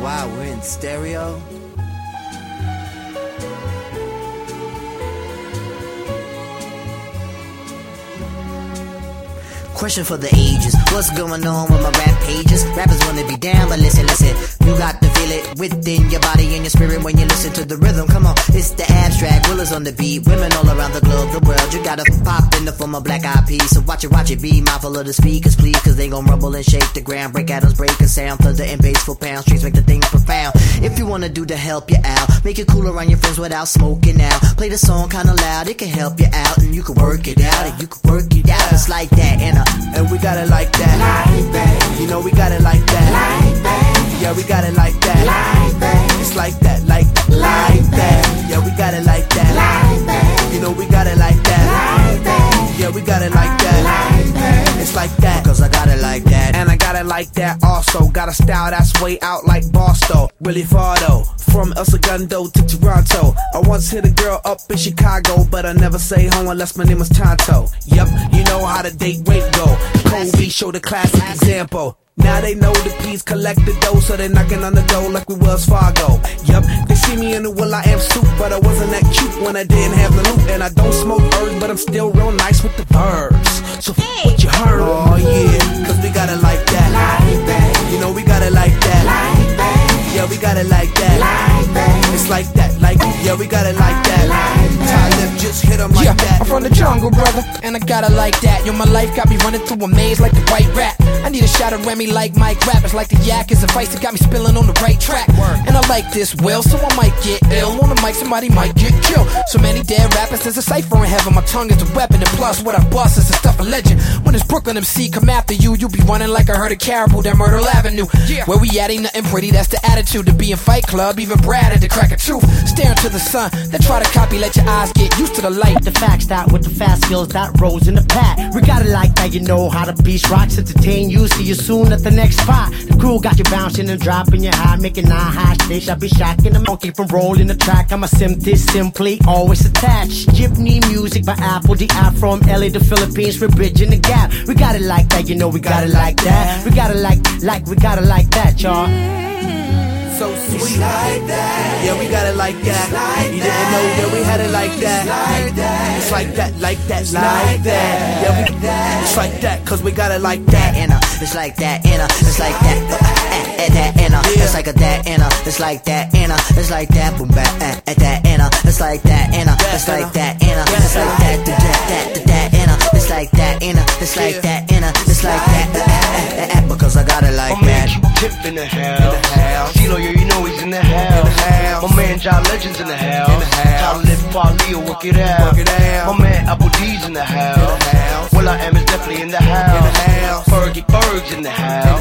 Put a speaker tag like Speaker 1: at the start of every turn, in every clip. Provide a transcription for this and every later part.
Speaker 1: Wow, we're in stereo? Question for the ages. What's going on with my rap pages? Rappers wanna be down, but listen, listen. You got to feel it within your body and your spirit when you listen to the rhythm. Come on, it's the abstract. Willers on the beat. Women all around the globe, the world. You gotta pop in the form of black eyed peas. So watch it, watch it. Be mindful of the speakers, please. Cause they gon' rumble and shake the ground. Break atoms, break a sound. Thunder and bass for pound. Streets make the things profound. If you wanna do to help you out, make it cool around your friends without smoking out. Play the song kinda loud. It can help you out and you can work it out and you can work it out. It's like that. And a
Speaker 2: And we got it like that. Like that. You know we got it like that. Like that. Yeah, we got it like that. Like that. It's like that, like that. Like that. Yeah, we got it like that. Like that. You know we got it like that. Like that. Yeah, we got it like that. Like that. It's like that.
Speaker 1: Cause I got it like that.
Speaker 2: And I got it like that also. Got a style that's way out like Boston. Really far though. From El Segundo to Toronto. I once hit a girl up in Chicago, but I never say home unless my name was Tonto. Yep, you know how the date rate go. Kobe showed a classic example. Now they know the piece collect the dough, so they knocking on the door like we was Fargo. Yup, they see me in the Will I Am suit, but I wasn't that cute when I didn't have the loot. And I don't smoke herbs, but I'm still real nice with the verbs. So f- what you heard? Oh yeah, cause we got it like that. Like that. You know we got it like that. Like that. Yeah, we got it like that. Like that. It's like that, like yeah, we got it like that. Like that. Tyler just hit 'em like
Speaker 3: yeah,
Speaker 2: that.
Speaker 3: I'm from the jungle, brother, and I got it like that. Yo, my life got me running through a maze like the white rat. I need a shot of Remy like Mike Rappers, like the yak is a vice that got me spilling on the right track. And I like this will, so I might get ill on the mic. Somebody might get killed. So many dead rappers, there's a cipher in heaven. My tongue is a weapon, and plus what I bust is the stuff of legend. When this Brooklyn MC come after you, you be running like a herd of caribou down Myrtle Avenue. Where we at ain't nothing pretty, that's the attitude to be in Fight Club. Even Brad had to crack a truth. Staring to the sun, then try to copy, let your eyes get used to the light.
Speaker 4: the facts that with the fast skills that rose in the pack. We got it like that, you know how to beast rocks, entertain you. See you soon at the next spot. The crew got you bouncing and dropping your high, making nine high stakes. I be shocking the monkey from rolling the track. I'm a simply, simply always attached. Gypney music by Apple, the app from LA to Philippines, for bridging the gap. We got it like that, you know we got it like that. We got it like, like, we got it like that, y'all.
Speaker 2: so sweet. It's like that. Yeah, we got it like that. It's like you didn't know that we had it like that. It's like that. It's like that, like that, it's like that. Yeah, we It's like that, cause we got it like that.
Speaker 1: in her. It's like that in her. It's like that. uh, uh, At that in her. It's like a that in her. It's like that in her. It's like that boom bap. uh, At that in her. It's like that in her. It's like that in her. It's like that do that that do that in her. It's like that in her. It's like that in her. It's like that. uh, uh, uh, uh, uh, Because I got it like
Speaker 5: My man
Speaker 1: that.
Speaker 5: Q Tip in the house. C Lawyer, you know he's in the house. My man John Legends in the house. Tyler Lip Farley, work it out.
Speaker 2: Work it out.
Speaker 5: My man Apple D's in the house. Will I am is definitely in the house. Fergie Berg's in the house.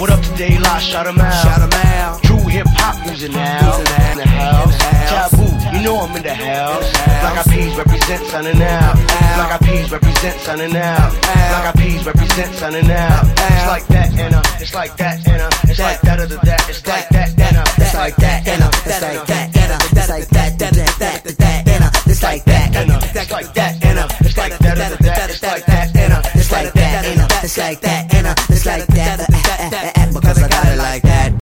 Speaker 5: What up today, La? Shout him out.
Speaker 2: Shout 'em out.
Speaker 5: True hip hop who's in the house.
Speaker 2: Who's in the-
Speaker 5: In the house.
Speaker 2: in the house.
Speaker 5: Taboo, you know I'm in the house.
Speaker 2: house.
Speaker 5: Black Eyed Peas represent signing out.
Speaker 2: Out.
Speaker 5: Black Eyed Peas represent signing out.
Speaker 2: Out.
Speaker 5: Black Eyed Peas represent signing out. It's like that and uh, it's like that and uh, it's like that other that. It's like that and uh, it's like that and uh, it's like that